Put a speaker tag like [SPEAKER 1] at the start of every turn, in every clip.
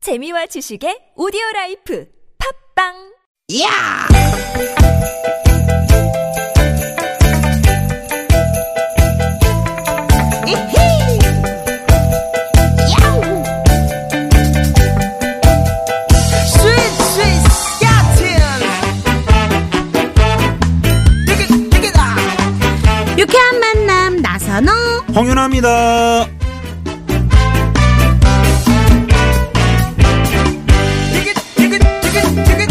[SPEAKER 1] 재미와 지식의 오디오 라이프 팝빵!
[SPEAKER 2] 야! 이히! 야우! 스윗 스윗 야틴! 띠기 띠기다!
[SPEAKER 3] 유쾌한 만남 나선호
[SPEAKER 4] 홍윤아입니다.
[SPEAKER 2] 띠기 띠기 띠기 띠기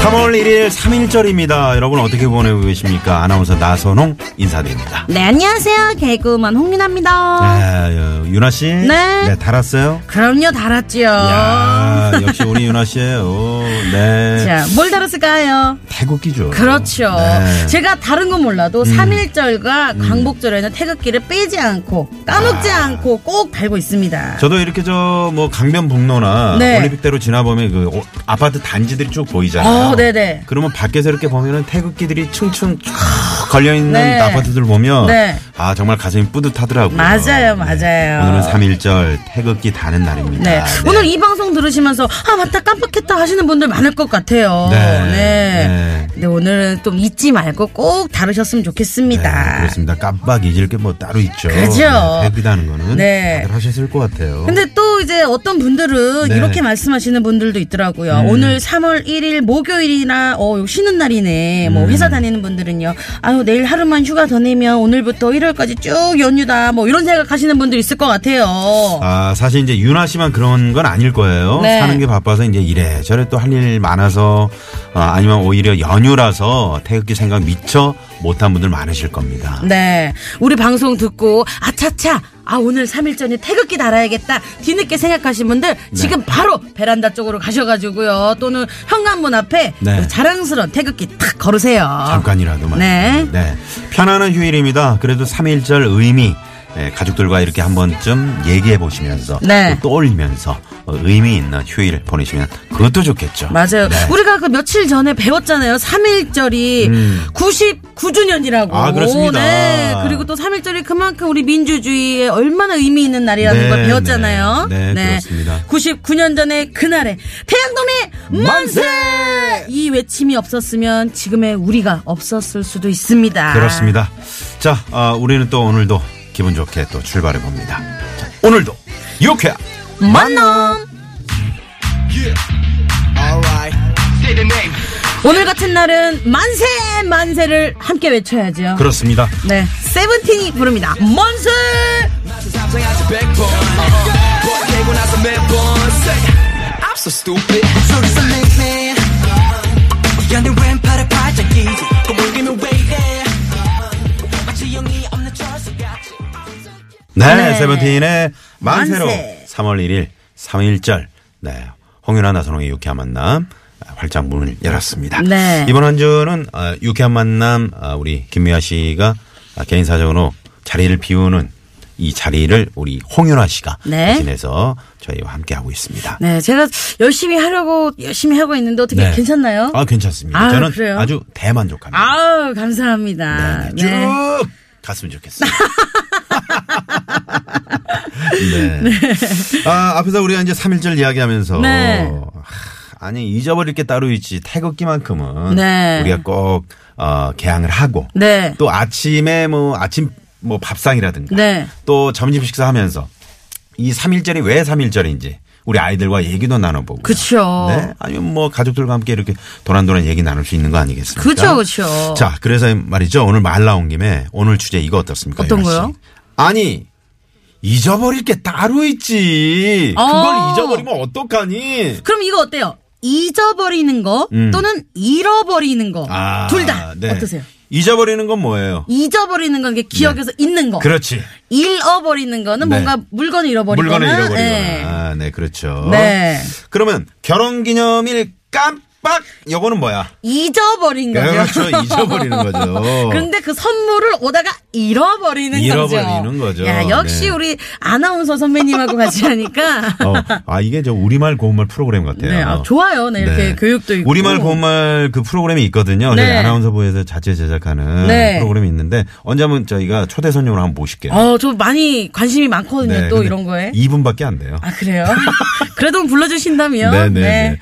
[SPEAKER 4] 3월 1일 3일절입니다. 여러분 어떻게 보내고 계십니까? 아나운서 나선홍 인사드립니다.
[SPEAKER 3] 네 안녕하세요 개그우먼 홍윤아입니다
[SPEAKER 4] 아, 여, 윤아 씨.
[SPEAKER 3] 네.
[SPEAKER 4] 달았어요?
[SPEAKER 3] 그럼요 달았지요
[SPEAKER 4] 야 역시 우리 윤아 씨예요. 네.
[SPEAKER 3] 아. 자뭘 달았을까요
[SPEAKER 4] 태국기죠.
[SPEAKER 3] 그렇죠
[SPEAKER 4] 네. 음.
[SPEAKER 3] 제가 다른 건 몰라도 삼일절과 광복절에는 태극기를 빼지 않고 까먹지 않고 꼭 달고 있습니다
[SPEAKER 4] 아. 저도 이렇게 저 뭐 강변북로나
[SPEAKER 3] 네.
[SPEAKER 4] 올림픽대로 지나보면 그 오- 아파트 단지들이 쭉 보이잖아요.
[SPEAKER 3] 어 네네
[SPEAKER 4] 그러면 밖에서 이렇게 보면은 태극기들이 층층 쭉 걸려 있는
[SPEAKER 3] 네.
[SPEAKER 4] 아파트들 보면
[SPEAKER 3] 네.
[SPEAKER 4] 아 정말 가슴이 뿌듯하더라고요.
[SPEAKER 3] 맞아요,
[SPEAKER 4] 네.
[SPEAKER 3] 맞아요.
[SPEAKER 4] 오늘은 3.1절 태극기 다는 날입니다.
[SPEAKER 3] 네. 오늘 이 방송 들으시면서 아 맞다 깜빡했다 하시는 분들 많을 것 같아요
[SPEAKER 4] 네.
[SPEAKER 3] 네.
[SPEAKER 4] 네.
[SPEAKER 3] 근데 오늘은 좀 잊지 말고 꼭 다루셨으면
[SPEAKER 4] 네,
[SPEAKER 3] 좋겠습니다
[SPEAKER 4] 그렇습니다. 깜빡 잊을 게 뭐 따로 있죠.
[SPEAKER 3] 그죠.
[SPEAKER 4] 네, 태극기다는 거는
[SPEAKER 3] 네.
[SPEAKER 4] 다들 하셨을 것 같아요.
[SPEAKER 3] 근데 또 이제 어떤 분들은
[SPEAKER 4] 네. 음.
[SPEAKER 3] 이렇게 말씀하시는 분들도 있더라고요. 오늘 3월 1일 목요일이나 어 이거 쉬는 날이네. 뭐
[SPEAKER 4] 음.
[SPEAKER 3] 회사 다니는 분들은요. 아유 내일 하루만 휴가 더 내면 오늘부터 일요일까지 쭉 연휴다. 뭐 이런 생각하시는 분들 있을 것 같아요.
[SPEAKER 4] 아, 사실 이제 윤아 씨만 그런 건 아닐 거예요.
[SPEAKER 3] 어. 네.
[SPEAKER 4] 사는 게 바빠서 이제 이래 저래 또 할 일 많아서 어, 아니면 오히려 연휴라서 태극기 생각 미처 못한 분들 많으실 겁니다.
[SPEAKER 3] 네. 우리 방송 듣고 아차차. 아 오늘 3일 전에 태극기 달아야겠다. 뒤늦게 생각하신 분들
[SPEAKER 4] 네.
[SPEAKER 3] 지금 바로 베란다 쪽으로 가셔가지고요. 또는 현관문 앞에
[SPEAKER 4] 네.
[SPEAKER 3] 자랑스러운 태극기 탁 걸으세요.
[SPEAKER 4] 잠깐이라도 말.
[SPEAKER 3] 네.
[SPEAKER 4] 네. 편안한 휴일입니다. 그래도 3.1절 의미 예, 가족들과 이렇게 한 번쯤 얘기해 보시면서
[SPEAKER 3] 네.
[SPEAKER 4] 또 떠올리면서 어, 의미 있는 휴일 보내시면 그것도 좋겠죠.
[SPEAKER 3] 맞아요.
[SPEAKER 4] 네.
[SPEAKER 3] 우리가 그 며칠 전에 배웠잖아요. 3.1절이 99주년이라고.
[SPEAKER 4] 음. 아, 그렇습니다.
[SPEAKER 3] 네. 그리고 또 3.1절이 그만큼 우리 민주주의에 얼마나 의미 있는 날이라는
[SPEAKER 4] 네,
[SPEAKER 3] 걸 배웠잖아요.
[SPEAKER 4] 네, 네, 그렇습니다.
[SPEAKER 3] 99년 전에 그날에 태양동네 만세! 이 외침이 없었으면 지금의 우리가 없었을 수도 있습니다.
[SPEAKER 4] 그렇습니다. 자, 아, 우리는 또 오늘도 기분 좋게 또 출발해 봅니다. 자, 오늘도 유쾌한
[SPEAKER 3] 만남! 오늘 같은 날은 만세! 만세를 함께 외쳐야죠.
[SPEAKER 4] 그렇습니다.
[SPEAKER 3] 네, 세븐틴이 부릅니다. 만세!
[SPEAKER 5] I'm so stupid.
[SPEAKER 2] 소리서 맥네
[SPEAKER 5] 야, 내 왼팔에 팔짱 끼지. 꼬물기면 왜 이래? 마치 영이 없는 철수같이.
[SPEAKER 4] 네,
[SPEAKER 3] 네.
[SPEAKER 4] 세븐틴의 만세로
[SPEAKER 3] 만세.
[SPEAKER 4] 3월 1일 3.1절 네, 홍윤아 나선홍의 유쾌한 만남 아, 활짝 문을 열었습니다.
[SPEAKER 3] 네.
[SPEAKER 4] 이번 한 주는 어, 유쾌한 만남 아, 우리 김미아 씨가 아, 개인 사정으로 자리를 비우는 이 자리를 우리 홍윤아 씨가
[SPEAKER 3] 네.
[SPEAKER 4] 대신해서 저희와 함께 하고 있습니다.
[SPEAKER 3] 네, 제가 열심히 하려고 열심히 하고 있는데 어떻게
[SPEAKER 4] 네.
[SPEAKER 3] 괜찮나요?
[SPEAKER 4] 아 괜찮습니다.
[SPEAKER 3] 아,
[SPEAKER 4] 저는
[SPEAKER 3] 그래요?
[SPEAKER 4] 아주 대만족합니다.
[SPEAKER 3] 아우, 감사합니다.
[SPEAKER 4] 네, 쭉 갔으면 좋겠어요. 네. 아, 앞에서 우리가 이제 3.1절 이야기하면서.
[SPEAKER 3] 네.
[SPEAKER 4] 하, 아니, 잊어버릴 게 따로 있지. 태극기만큼은.
[SPEAKER 3] 네.
[SPEAKER 4] 우리가 꼭, 어, 개항을 하고.
[SPEAKER 3] 네.
[SPEAKER 4] 또 아침에 뭐, 아침 뭐 밥상이라든가.
[SPEAKER 3] 네.
[SPEAKER 4] 또 점심 식사하면서. 이 3.1절이 왜 3.1절인지. 우리 아이들과 얘기도 나눠보고.
[SPEAKER 3] 그쵸.
[SPEAKER 4] 네. 아니면 뭐 가족들과 함께 이렇게 도란도란 얘기 나눌 수 있는 거 아니겠습니까?
[SPEAKER 3] 그쵸, 그쵸.
[SPEAKER 4] 자, 그래서 말이죠. 오늘 말 나온 김에 오늘 주제 이거 어떻습니까?
[SPEAKER 3] 어떤
[SPEAKER 4] 유나 씨?
[SPEAKER 3] 거요?
[SPEAKER 4] 아니, 잊어버릴 게 따로 있지.
[SPEAKER 3] 어.
[SPEAKER 4] 그걸 잊어버리면 어떡하니?
[SPEAKER 3] 그럼 이거 어때요? 잊어버리는 거
[SPEAKER 4] 음.
[SPEAKER 3] 또는 잃어버리는 거.
[SPEAKER 4] 아,
[SPEAKER 3] 둘 다
[SPEAKER 4] 네.
[SPEAKER 3] 어떠세요?
[SPEAKER 4] 잊어버리는 건 뭐예요?
[SPEAKER 3] 잊어버리는 건 이게 기억에서 잊는 거.
[SPEAKER 4] 그렇지.
[SPEAKER 3] 잃어버리는 거는
[SPEAKER 4] 그렇죠. 네.
[SPEAKER 3] 뭔가 물건을 잃어버리거나.
[SPEAKER 4] 물건을 잃어버리거나.
[SPEAKER 3] 네.
[SPEAKER 4] 아, 네, 아, 그렇죠.
[SPEAKER 3] 네.
[SPEAKER 4] 그러면 결혼 기념일 깜빡 빡! 요거는 뭐야?
[SPEAKER 3] 잊어버린 거죠.
[SPEAKER 4] 그렇죠. 잊어버리는 거죠.
[SPEAKER 3] 근데 그 선물을 오다가 잃어버리는 거죠.
[SPEAKER 4] 잃어버리는 거죠.
[SPEAKER 3] 야, 역시
[SPEAKER 4] 네.
[SPEAKER 3] 우리 아나운서 선배님하고 같이 하니까.
[SPEAKER 4] 어, 아 이게 저 우리말 고운말 프로그램 같아요.
[SPEAKER 3] 네, 아, 좋아요. 네, 이렇게 교육도 있고.
[SPEAKER 4] 우리말 고운말 그 프로그램이 있거든요.
[SPEAKER 3] 네.
[SPEAKER 4] 저희 아나운서부에서 자체 제작하는
[SPEAKER 3] 네.
[SPEAKER 4] 프로그램이 있는데 언제 한번 저희가 초대 손님으로 한번 모실게요.
[SPEAKER 3] 어, 저 많이 관심이 많거든요.
[SPEAKER 4] 네,
[SPEAKER 3] 또
[SPEAKER 4] 근데
[SPEAKER 3] 이런 거에.
[SPEAKER 4] 2분밖에 안 돼요.
[SPEAKER 3] 아, 그래요? 그래도 불러주신다면.
[SPEAKER 4] 네, 네, 네.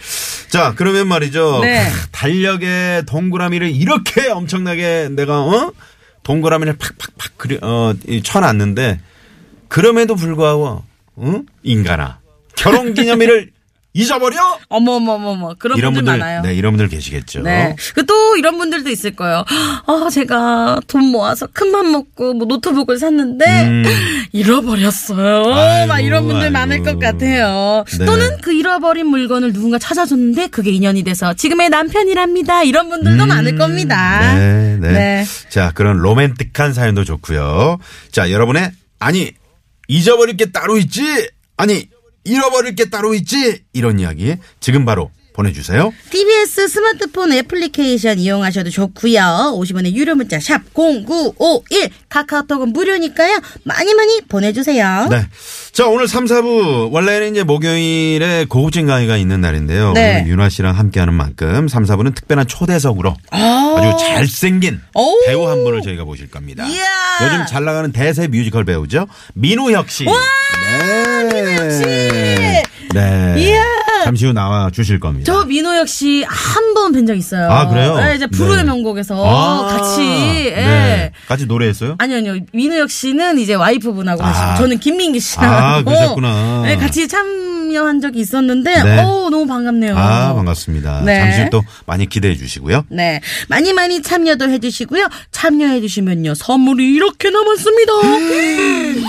[SPEAKER 4] 자, 그러면 말이죠.
[SPEAKER 3] 네.
[SPEAKER 4] 달력에 동그라미를 이렇게 엄청나게 내가 어? 동그라미를 팍팍팍 그려 어, 이 쳐놨는데 그럼에도 불구하고 응? 인간아. 결혼 기념일을 잊어버려?
[SPEAKER 3] 어머머머머. 그런 분들, 많아요.
[SPEAKER 4] 네, 이런 분들 계시겠죠.
[SPEAKER 3] 네. 그또 이런 분들도 있을 거예요. 아, 제가 돈 모아서 큰 맘 먹고 뭐 노트북을 샀는데 잃어버렸어요.
[SPEAKER 4] 음. 아이고,
[SPEAKER 3] 막 이런 분들 많을 것
[SPEAKER 4] 아이고.
[SPEAKER 3] 같아요.
[SPEAKER 4] 네.
[SPEAKER 3] 또는 그 잃어버린 물건을 누군가 찾아줬는데 그게 인연이 돼서 지금의 남편이랍니다. 이런 분들도 많을 겁니다.
[SPEAKER 4] 음. 네, 네.
[SPEAKER 3] 네.
[SPEAKER 4] 자, 그런 로맨틱한 사연도 좋고요. 자, 여러분의 아니 잊어버릴 게 따로 있지. 아니 잃어버릴 게 따로 있지. 이런 이야기 지금 바로 보내주세요.
[SPEAKER 3] TBS 스마트폰 애플리케이션 이용하셔도 좋고요. 50원의 유료 문자 샵 0951 카카오톡은 무료니까요. 많이 많이 보내주세요.
[SPEAKER 4] 네. 자, 오늘 3, 4부. 원래는 이제 목요일에 고급진 강의가 있는 날인데요.
[SPEAKER 3] 네.
[SPEAKER 4] 오늘 윤아 씨랑 함께하는 만큼 3, 4부는 특별한 초대석으로 아주 잘생긴
[SPEAKER 3] 어. 오. 예.
[SPEAKER 4] 배우 한 분을 저희가 모실 겁니다.
[SPEAKER 3] 이야.
[SPEAKER 4] 요즘 잘 나가는 대세 뮤지컬 배우죠. 민우혁 씨. 네. 민우혁 씨. 네.
[SPEAKER 3] 이야.
[SPEAKER 4] 잠시 후 나와 주실 겁니다.
[SPEAKER 3] 저 민호 역시 한 번 뵌 적 있어요.
[SPEAKER 4] 아, 그래요?
[SPEAKER 3] 네, 이제 불후의
[SPEAKER 4] 네.
[SPEAKER 3] 명곡에서
[SPEAKER 4] 아,
[SPEAKER 3] 어, 같이. 예.
[SPEAKER 4] 네. 같이 노래했어요?
[SPEAKER 3] 아니요, 아니요. 민호 역시는 이제 와이프분하고
[SPEAKER 4] 아.
[SPEAKER 3] 같이. 저는 김민기 씨하고.
[SPEAKER 4] 아, 그러셨구나.
[SPEAKER 3] 네, 같이 참여한 적이 있었는데,
[SPEAKER 4] 네.
[SPEAKER 3] 어 너무 반갑네요.
[SPEAKER 4] 아, 반갑습니다.
[SPEAKER 3] 네.
[SPEAKER 4] 잠시 후 또 많이 기대해 주시고요.
[SPEAKER 3] 네. 많이 많이 참여도 해주시고요. 참여해주시면요. 선물이 이렇게 남았습니다.
[SPEAKER 4] 음.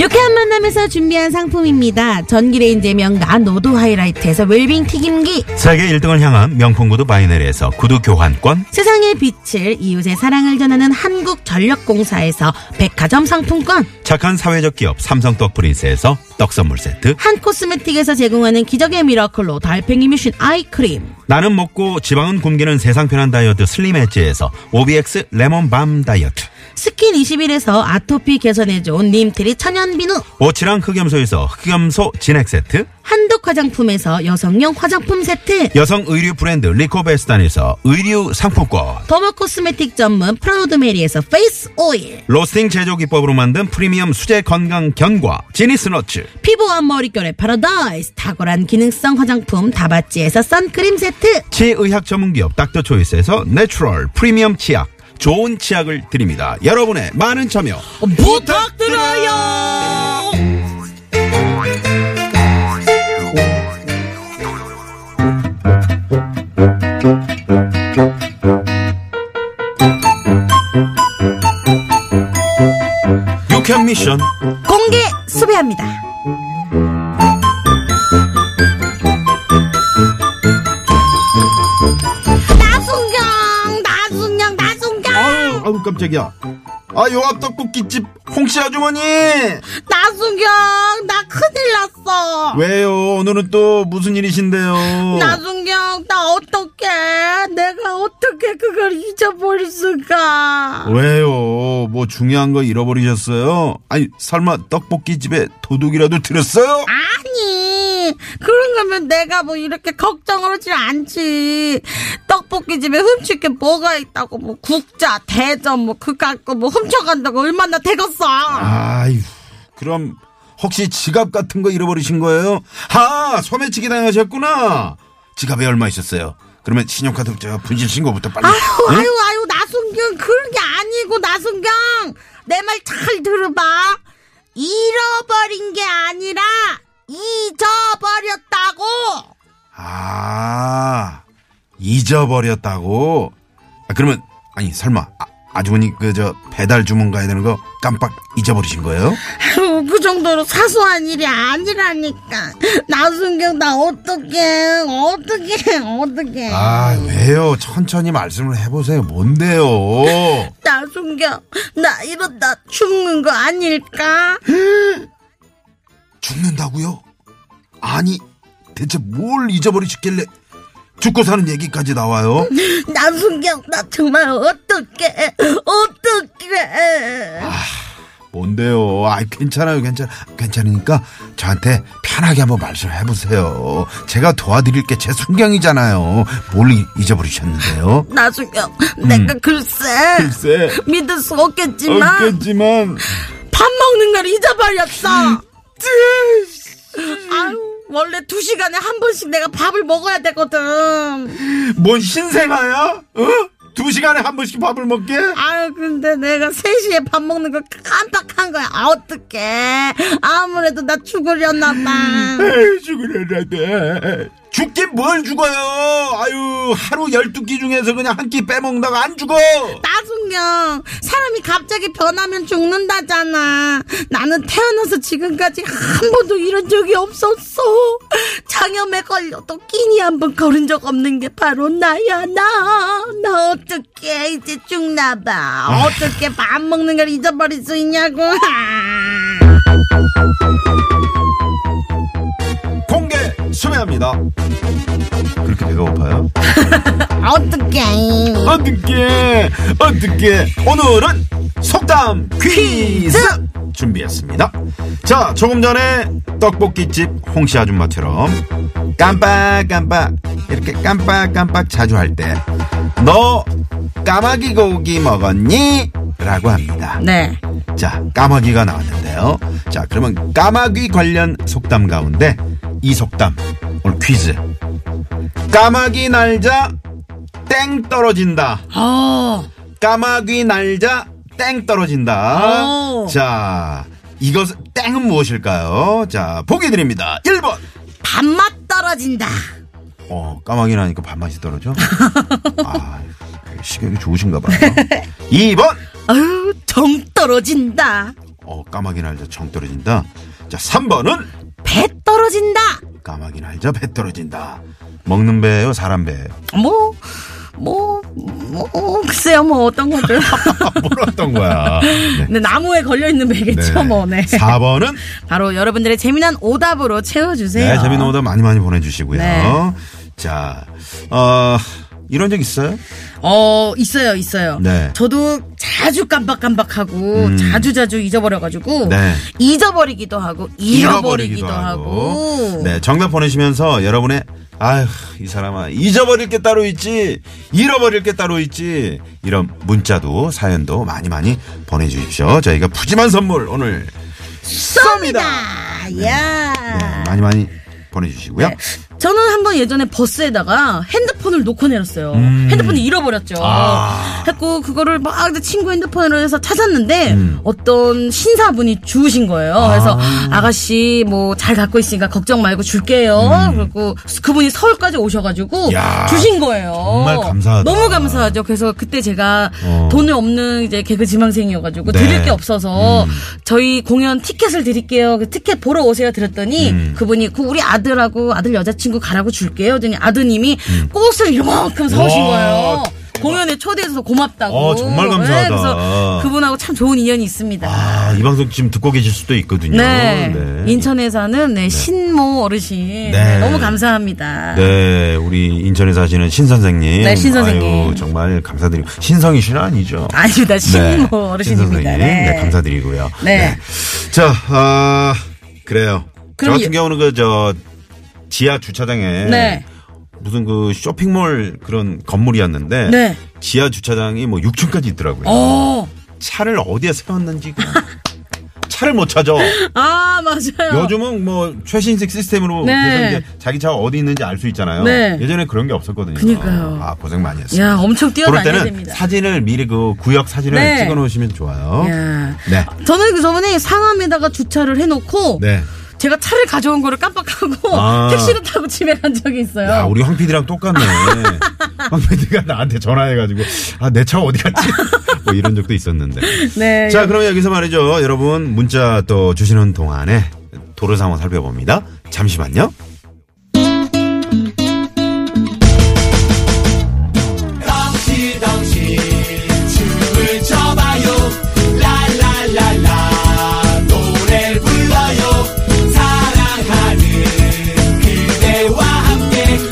[SPEAKER 6] 유쾌한 만남에서 준비한 상품입니다. 전기레인지의 명가 노도 하이라이트에서 웰빙 튀김기
[SPEAKER 4] 세계 1등을 향한 명품 구두 바이네리에서 구두 교환권.
[SPEAKER 6] 세상의 빛을 이웃의 사랑을 전하는 한국전력공사에서 백화점 상품권
[SPEAKER 4] 착한 사회적 기업 삼성 떡 프린스에서 떡 선물 세트.
[SPEAKER 6] 한 코스메틱에서 제공하는 기적의 미라클로 달팽이 뮤신 아이크림
[SPEAKER 4] 나는 먹고 지방은 굶기는 세상 편한 다이어트 슬림 엣지에서 오비엑스 레몬밤 다이어트.
[SPEAKER 6] 스킨 21에서 아토피 개선에 좋은 님트리 천연비누
[SPEAKER 4] 오치랑 흑염소에서 흑염소 진액 세트.
[SPEAKER 6] 한독 화장품에서 여성용 화장품 세트
[SPEAKER 4] 여성 의류 브랜드 리코베스탄에서 의류 상품권.
[SPEAKER 6] 더머 코스메틱 전문 프라우드메리에서 페이스 오일
[SPEAKER 4] 로스팅 제조 기법으로 만든 프리미엄 수제 건강 견과 지니스너츠.
[SPEAKER 6] 피부와 머릿결의 파라다이스 탁월한 기능성 화장품 다바찌에서 선크림 세트
[SPEAKER 4] 치의학 전문기업 닥터초이스에서 내추럴 프리미엄 치약 좋은 치약을 드립니다. 여러분의 많은 참여
[SPEAKER 3] 부탁드려요.
[SPEAKER 4] 유캔 미션
[SPEAKER 6] 공개 수배합니다. 나순경, 나순경, 나순경,
[SPEAKER 4] 아유, 아유 깜짝이야. 아, 요 앞 떡볶이집 홍씨 아주머니.
[SPEAKER 6] 나순경, 나 큰일 났어.
[SPEAKER 4] 왜요? 오늘은 또 무슨 일이신데요?
[SPEAKER 6] 나순경, 나 어떡해? 내가 어떻게 그걸 잊어버릴 수가?
[SPEAKER 4] 왜요? 뭐 중요한 거 잃어버리셨어요? 아니, 설마 떡볶이집에 도둑이라도 들었어요?
[SPEAKER 6] 아니 그런 거면 내가 뭐 이렇게 걱정하지 않지 떡볶이 집에 훔칠 게 뭐가 있다고 뭐 국자 대전 뭐 그거 갖고 뭐 훔쳐간다고 얼마나 되겠어
[SPEAKER 4] 아유, 그럼 혹시 지갑 같은 거 잃어버리신 거예요? 아, 소매치기 당하셨구나. 지갑에 얼마 있었어요? 그러면 신용카드 저 분실 신고부터 빨리.
[SPEAKER 6] 아유
[SPEAKER 4] 응?
[SPEAKER 6] 아유 아유 나순경 그런 게 아니고 나순경 내 말 잘 들어봐 잃어버린 게 아니라 잊어버렸다고
[SPEAKER 4] 아, 잊어버렸다고? 아, 그러면 아니 설마 아, 아주머니 그 저 배달 주문 가야 되는 거 깜빡 잊어버리신 거예요?
[SPEAKER 6] 아유, 그 정도로 사소한 일이 아니라니까 나순경 나 어떡해 어떡해 어떡해
[SPEAKER 4] 아 왜요? 천천히 말씀을 해보세요. 뭔데요?
[SPEAKER 6] 나 숨겨. 나 이러다 죽는 거 아닐까?
[SPEAKER 4] 죽는다고요? 아니 대체 뭘 잊어버리셨길래 죽고 사는 얘기까지 나와요?
[SPEAKER 6] 남순경 나 정말 어떡해 어떡해
[SPEAKER 4] 뭔데요? 아이 괜찮아요, 괜찮 괜찮으니까 저한테 편하게 한번 말씀해 보세요. 제가 도와드릴 게 제 순경이잖아요. 뭘 이- 잊어버리셨는데요?
[SPEAKER 6] 나순경 내가 글쎄
[SPEAKER 4] 글쎄,
[SPEAKER 6] 믿을 수 음. 없겠지만
[SPEAKER 4] 없겠지만
[SPEAKER 6] 밥 먹는 걸 잊어버렸어 아유 원래 두 시간에 한 번씩 내가 밥을 먹어야 되거든
[SPEAKER 4] 뭔 신생아야? 어? 두 시간에 한 번씩 밥을 먹게?
[SPEAKER 6] 아유 근데 내가 세시에밥 먹는 걸 깜빡한 거야 아 어떡해 아무래도 나 죽으려나 봐
[SPEAKER 4] 에이, 죽으려나 돼. 죽긴 뭘 죽어요? 아유, 하루 12끼 중에서 그냥 한 끼 빼먹다가 안 죽어!
[SPEAKER 6] 나순경 사람이 갑자기 변하면 죽는다잖아 나는 태어나서 지금까지 한 번도 이런 적이 없었어 장염에 걸려도 끼니 한 번 걸은 적 없는 게 바로 나야 나나 어떡해 이제 죽나 봐 어떻게 밥 먹는 걸 잊어버릴 수 있냐고
[SPEAKER 4] 공개 수배합니다. 그렇게 배가 고파요?
[SPEAKER 6] 어떡해
[SPEAKER 4] 어떻게, 어떻게. 오늘은 속담 퀴즈! 준비했습니다. 자, 조금 전에 떡볶이집 홍씨 아줌마처럼 깜빡깜빡, 이렇게 깜빡깜빡 자주 할 때, 너 까마귀 고기 먹었니? 라고 합니다.
[SPEAKER 3] 네.
[SPEAKER 4] 자, 까마귀가 나왔는데요. 자, 그러면 까마귀 관련 속담 가운데 이 속담 오늘 퀴즈. 까마귀 날자 땡 떨어진다.
[SPEAKER 3] 어.
[SPEAKER 4] 까마귀 날자 땡 떨어진다.
[SPEAKER 3] 오.
[SPEAKER 4] 자, 이것 땡은 무엇일까요? 자, 보기 드립니다. 1번.
[SPEAKER 6] 밥맛 떨어진다
[SPEAKER 4] 어, 까마귀 나니까 밥맛이 떨어져. 아, 식욕이 좋으신가 봐요. 2번.
[SPEAKER 3] 아유, 정 떨어진다.
[SPEAKER 4] 어, 까마귀 날자 정 떨어진다. 자, 3번은
[SPEAKER 6] 배 떨어진다
[SPEAKER 4] 까마귀 날자 배 떨어진다. 먹는 배예요, 사람 배.
[SPEAKER 3] 뭐, 뭐, 뭐, 글쎄요, 뭐, 어떤 거죠.
[SPEAKER 4] 몰랐던 아, 거야. 네.
[SPEAKER 3] 근데 나무에 걸려있는 배겠죠, 뭐, 네.
[SPEAKER 4] 4번은
[SPEAKER 3] 바로 여러분들의 재미난 오답으로 채워주세요.
[SPEAKER 4] 네, 재미난 오답 많이 많이 보내주시고요.
[SPEAKER 3] 네.
[SPEAKER 4] 자, 어, 이런 적 있어요?
[SPEAKER 3] 어, 있어요, 있어요.
[SPEAKER 4] 네.
[SPEAKER 3] 저도 자주 깜빡깜빡하고,
[SPEAKER 4] 음.
[SPEAKER 3] 자주자주 잊어버려가지고,
[SPEAKER 4] 네.
[SPEAKER 3] 잊어버리기도 하고, 잃어버리기도, 하고.
[SPEAKER 4] 네, 정답 보내시면서 여러분의 아휴, 이 사람아, 잊어버릴 게 따로 있지, 잃어버릴 게 따로 있지, 이런 문자도 사연도 많이 많이 보내주십시오. 저희가 푸짐한 선물 오늘
[SPEAKER 3] 쏩니다! 야
[SPEAKER 4] 네, 많이 많이 보내주시고요.
[SPEAKER 3] 네. 저는 한번 예전에 버스에다가 핸드폰을 놓고 내렸어요. 핸드폰을 잃어버렸죠.
[SPEAKER 4] 음. 아.
[SPEAKER 3] 했고 그거를 막 이제 친구 핸드폰으로 해서 찾았는데
[SPEAKER 4] 음.
[SPEAKER 3] 어떤 신사분이 주우신 거예요.
[SPEAKER 4] 아.
[SPEAKER 3] 그래서 아가씨 뭐 잘 갖고 있으니까 걱정 말고 줄게요. 그리고 그분이 서울까지 오셔가지고
[SPEAKER 4] 음. 야,
[SPEAKER 3] 주신 거예요.
[SPEAKER 4] 정말 감사하다.
[SPEAKER 3] 너무 감사하죠. 그래서 그때 제가
[SPEAKER 4] 어.
[SPEAKER 3] 돈이 없는 이제 개그 지망생이어가지고
[SPEAKER 4] 네.
[SPEAKER 3] 드릴 게 없어서 저희 공연 티켓을 드릴게요. 그 티켓 보러 오세요. 드렸더니
[SPEAKER 4] 음.
[SPEAKER 3] 그분이 그 우리 아들하고 아들 여자친구 가라고 줄게요. 더니 아드님이 꽃을 이만큼 사오신
[SPEAKER 4] 음. 와,
[SPEAKER 3] 거예요. 공연에 초대해줘서 고맙다고. 네,
[SPEAKER 4] 어, 정말 감사하다.
[SPEAKER 3] 그래서 그분하고 참 좋은 인연이 있습니다.
[SPEAKER 4] 아, 이 방송 지금 듣고 계실 수도 있거든요.
[SPEAKER 3] 네. 인천에 사는 네, 신모 어르신.
[SPEAKER 4] 네.
[SPEAKER 3] 너무 감사합니다.
[SPEAKER 4] 네, 우리 인천에 사시는 신 선생님.
[SPEAKER 3] 네, 신 선생님.
[SPEAKER 4] 아유, 정말 감사드리고 신성이신 아니죠?
[SPEAKER 3] 아니다, 신모
[SPEAKER 4] 네,
[SPEAKER 3] 어르신입니다.
[SPEAKER 4] 신 선생님.
[SPEAKER 3] 네.
[SPEAKER 4] 네, 감사드리고요.
[SPEAKER 3] 네.
[SPEAKER 4] 자, 아, 그래요. 저
[SPEAKER 3] 그럼
[SPEAKER 4] 같은
[SPEAKER 3] 이-
[SPEAKER 4] 경우는 그 저 지하 주차장에
[SPEAKER 3] 네.
[SPEAKER 4] 무슨 그 쇼핑몰 그런 건물이었는데
[SPEAKER 3] 네.
[SPEAKER 4] 지하 주차장이 뭐 6층까지 있더라고요.
[SPEAKER 3] 어.
[SPEAKER 4] 차를 어디에 세웠는지 그냥 차를 못 찾아.
[SPEAKER 3] 아, 맞아요.
[SPEAKER 4] 요즘은 뭐 최신식 시스템으로
[SPEAKER 3] 네.
[SPEAKER 4] 그래서 이제 자기 차가 어디 있는지 알 수 있잖아요.
[SPEAKER 3] 네.
[SPEAKER 4] 예전에 그런 게 없었거든요.
[SPEAKER 3] 그니까요.
[SPEAKER 4] 아 고생 많이 했어요.
[SPEAKER 3] 야, 엄청
[SPEAKER 4] 그럴
[SPEAKER 3] 뛰어다녀야
[SPEAKER 4] 때는
[SPEAKER 3] 됩니다.
[SPEAKER 4] 사진을 미리 그 구역 사진을
[SPEAKER 3] 네.
[SPEAKER 4] 찍어 놓으시면 좋아요.
[SPEAKER 3] 야.
[SPEAKER 4] 네.
[SPEAKER 3] 저는 그 저번에 상암에다가 주차를 해놓고
[SPEAKER 4] 네.
[SPEAKER 3] 제가 차를 가져온 거를 깜빡하고
[SPEAKER 4] 아.
[SPEAKER 3] 택시를 타고 집에 간 적이 있어요.
[SPEAKER 4] 야, 우리 황 PD랑 똑같네. 황 PD가 나한테 전화해가지고, 아, 내 차 어디 갔지? 뭐 이런 적도 있었는데.
[SPEAKER 3] 네.
[SPEAKER 4] 자, 그럼 여기서 말이죠. 여러분, 문자 또 주시는 동안에 도로 상황 살펴봅니다. 잠시만요.
[SPEAKER 5] 노래를 불러요 사랑하는 그대와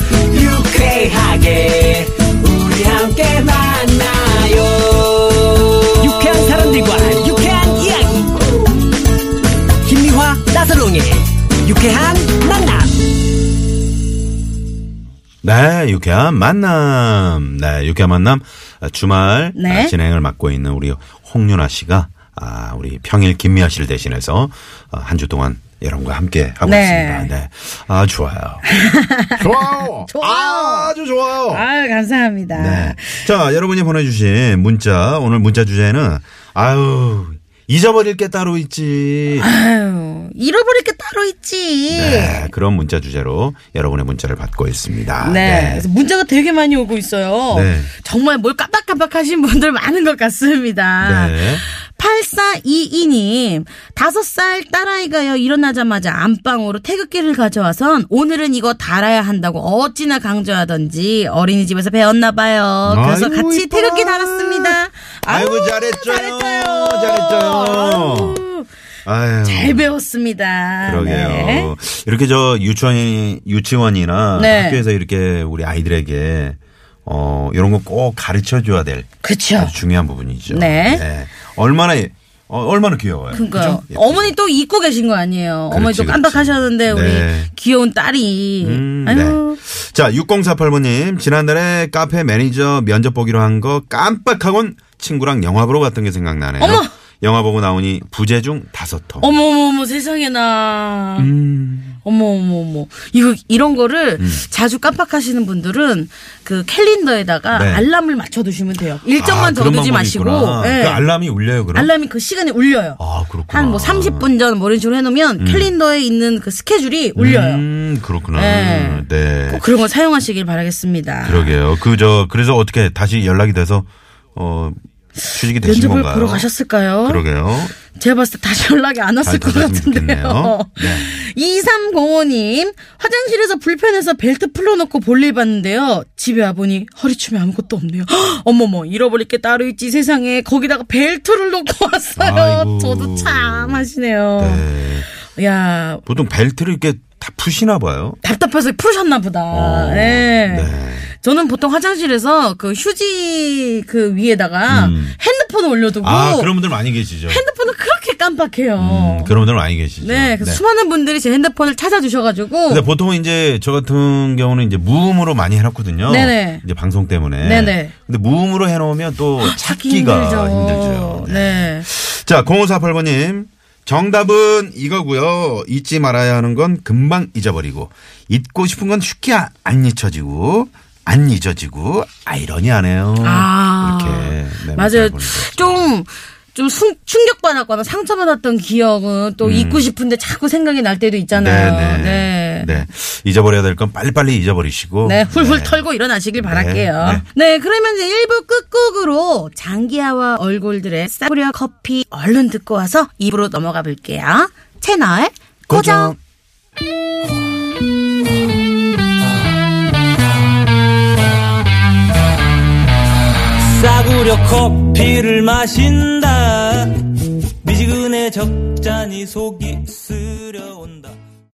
[SPEAKER 5] 나서롱의 유쾌한 만남.
[SPEAKER 4] 네, 유쾌한 만남. 네, 유쾌한 만남. 아, 주말
[SPEAKER 3] 네.
[SPEAKER 4] 아, 진행을 맡고 있는 우리 홍윤아 씨가 아, 우리 평일 김미아 씨를 대신해서 어, 한 주 동안 여러분과 함께 하고
[SPEAKER 3] 네.
[SPEAKER 4] 있습니다. 네. 아, 좋아요. 좋아요.
[SPEAKER 3] 좋아요.
[SPEAKER 4] 아주 좋아요.
[SPEAKER 3] 아유, 감사합니다.
[SPEAKER 4] 네. 자, 여러분이 보내주신 문자, 오늘 문자 주제는, 아유, 잊어버릴 게 따로 있지.
[SPEAKER 3] 아유, 잃어버릴 게 따로 있지.
[SPEAKER 4] 네, 그런 문자 주제로 여러분의 문자를 받고 있습니다.
[SPEAKER 3] 네. 그래서 문자가 되게 많이 오고 있어요.
[SPEAKER 4] 네.
[SPEAKER 3] 정말 뭘 깜빡깜빡 하신 분들 많은 것 같습니다.
[SPEAKER 4] 네.
[SPEAKER 3] 8422님, 다섯 살 딸아이가요, 일어나자마자 안방으로 태극기를 가져와선 오늘은 이거 달아야 한다고 어찌나 강조하던지 어린이집에서 배웠나봐요. 그래서
[SPEAKER 4] 아이고,
[SPEAKER 3] 같이
[SPEAKER 4] 이뻐.
[SPEAKER 3] 태극기 달았습니다.
[SPEAKER 4] 아이고,
[SPEAKER 3] 아우,
[SPEAKER 4] 잘했죠.
[SPEAKER 3] 잘했어요.
[SPEAKER 4] 잘했죠.
[SPEAKER 3] 아우,
[SPEAKER 4] 아유.
[SPEAKER 3] 잘 배웠습니다.
[SPEAKER 4] 그러게요.
[SPEAKER 3] 네.
[SPEAKER 4] 이렇게 저 유치원 유치원이나
[SPEAKER 3] 네.
[SPEAKER 4] 학교에서 이렇게 우리 아이들에게 어 이런 거 꼭 가르쳐 줘야 될
[SPEAKER 3] 그쵸.
[SPEAKER 4] 아주 중요한 부분이죠.
[SPEAKER 3] 어. 네.
[SPEAKER 4] 얼마나 어, 얼마나 귀여워요.
[SPEAKER 3] 그러니까요.
[SPEAKER 4] 그죠?
[SPEAKER 3] 어머니 또 잊고 계신 거 아니에요. 어머니
[SPEAKER 4] 그렇지,
[SPEAKER 3] 또 깜빡하셨는데
[SPEAKER 4] 그렇지. 네.
[SPEAKER 3] 우리 귀여운 딸이.
[SPEAKER 4] 음,
[SPEAKER 3] 아유.
[SPEAKER 4] 네. 자, 6048번님. 지난달에 카페 매니저 면접 보기로 한 거 깜빡하곤 친구랑 영화 보러 갔던 게 생각나네요.
[SPEAKER 3] 어머!
[SPEAKER 4] 영화 보고 나오니 부재 중 다섯 통.
[SPEAKER 3] 어머 어머 어머 세상에나.
[SPEAKER 4] 음.
[SPEAKER 3] 어머 어머 어머. 이거 이런 거를 자주 깜빡하시는 분들은 그 캘린더에다가
[SPEAKER 4] 네.
[SPEAKER 3] 알람을 맞춰 두시면 돼요. 일정만
[SPEAKER 4] 아,
[SPEAKER 3] 더
[SPEAKER 4] 그런
[SPEAKER 3] 두지
[SPEAKER 4] 방법이
[SPEAKER 3] 마시고.
[SPEAKER 4] 있구나.
[SPEAKER 3] 예.
[SPEAKER 4] 그 알람이 울려요, 그럼?
[SPEAKER 3] 알람이 그 시간에 울려요.
[SPEAKER 4] 아, 그렇구나.
[SPEAKER 3] 한 뭐 30분 전, 뭐 이런 식으로 해놓으면 캘린더에 있는 그 스케줄이 울려요.
[SPEAKER 4] 음, 그렇구나.
[SPEAKER 3] 네.
[SPEAKER 4] 네.
[SPEAKER 3] 꼭 그런 걸 사용하시길 바라겠습니다.
[SPEAKER 4] 그러게요. 그 저 그래서 어떻게 다시 연락이 돼서 어 취직이 되신
[SPEAKER 3] 면접을
[SPEAKER 4] 건가요?
[SPEAKER 3] 보러 가셨을까요?
[SPEAKER 4] 그러게요.
[SPEAKER 3] 제가 봤을 때 다시 연락이 안 왔을
[SPEAKER 4] 아이,
[SPEAKER 3] 것
[SPEAKER 4] 다시 왔으면
[SPEAKER 3] 같은데요.
[SPEAKER 4] 좋겠네요. 네.
[SPEAKER 3] 2305님, 화장실에서 불편해서 벨트 풀어놓고 볼일 봤는데요. 집에 와보니 허리춤에 아무것도 없네요. 헉, 어머머, 잃어버릴 게 따로 있지 세상에. 거기다가 벨트를 놓고 왔어요.
[SPEAKER 4] 아이고.
[SPEAKER 3] 저도 참 하시네요.
[SPEAKER 4] 네.
[SPEAKER 3] 야
[SPEAKER 4] 보통 벨트를 이렇게 다 푸시나 봐요.
[SPEAKER 3] 답답해서 풀으셨나 보다.
[SPEAKER 4] 어,
[SPEAKER 3] 네.
[SPEAKER 4] 네.
[SPEAKER 3] 저는 보통 화장실에서 그 휴지 그 위에다가 핸드폰을 올려두고
[SPEAKER 4] 음. 아 그런 분들 많이 계시죠.
[SPEAKER 3] 뭐 핸드폰을 그렇게 깜빡해요.
[SPEAKER 4] 음, 그런 분들 많이 계시죠.
[SPEAKER 3] 네, 그래서 수많은 분들이 제 핸드폰을 찾아주셔가지고.
[SPEAKER 4] 근데 보통은 이제 저 같은 경우는 이제 무음으로 많이 해놨거든요.
[SPEAKER 3] 네네.
[SPEAKER 4] 이제 방송 때문에.
[SPEAKER 3] 네네. 아,
[SPEAKER 4] 근데 무음으로 해놓으면 또 찾기가 힘들죠. 네.
[SPEAKER 3] 네.
[SPEAKER 4] 자, 0548번님. 정답은 이거고요. 잊지 말아야 하는 건 금방 잊어버리고 잊고 싶은 건 쉽게 아- 안 잊혀지고 안 잊어지고 아이러니하네요.
[SPEAKER 3] 아.
[SPEAKER 4] 이렇게 음,
[SPEAKER 3] 맞아요.
[SPEAKER 4] 네, 문자를 보내주셨습니다.
[SPEAKER 3] 좀, 좀 충- 충격받았거나 상처받았던 기억은 또 잊고 싶은데 자꾸 생각이 날 때도 있잖아요.
[SPEAKER 4] 음. 네, 네. 네. 잊어버려야 될 건 빨리빨리 잊어버리시고.
[SPEAKER 3] 네, 훌훌
[SPEAKER 4] 네.
[SPEAKER 3] 털고 일어나시길 바랄게요.
[SPEAKER 4] 네.
[SPEAKER 3] 네, 그러면 이제 1부 끝곡으로 장기하와 얼굴들의 싸구려 커피 얼른 듣고 와서 2부로 넘어가 볼게요. 채널 고정.
[SPEAKER 5] 싸구려 커피를 마신다 미지근해 적잖이 속이 쓰려온다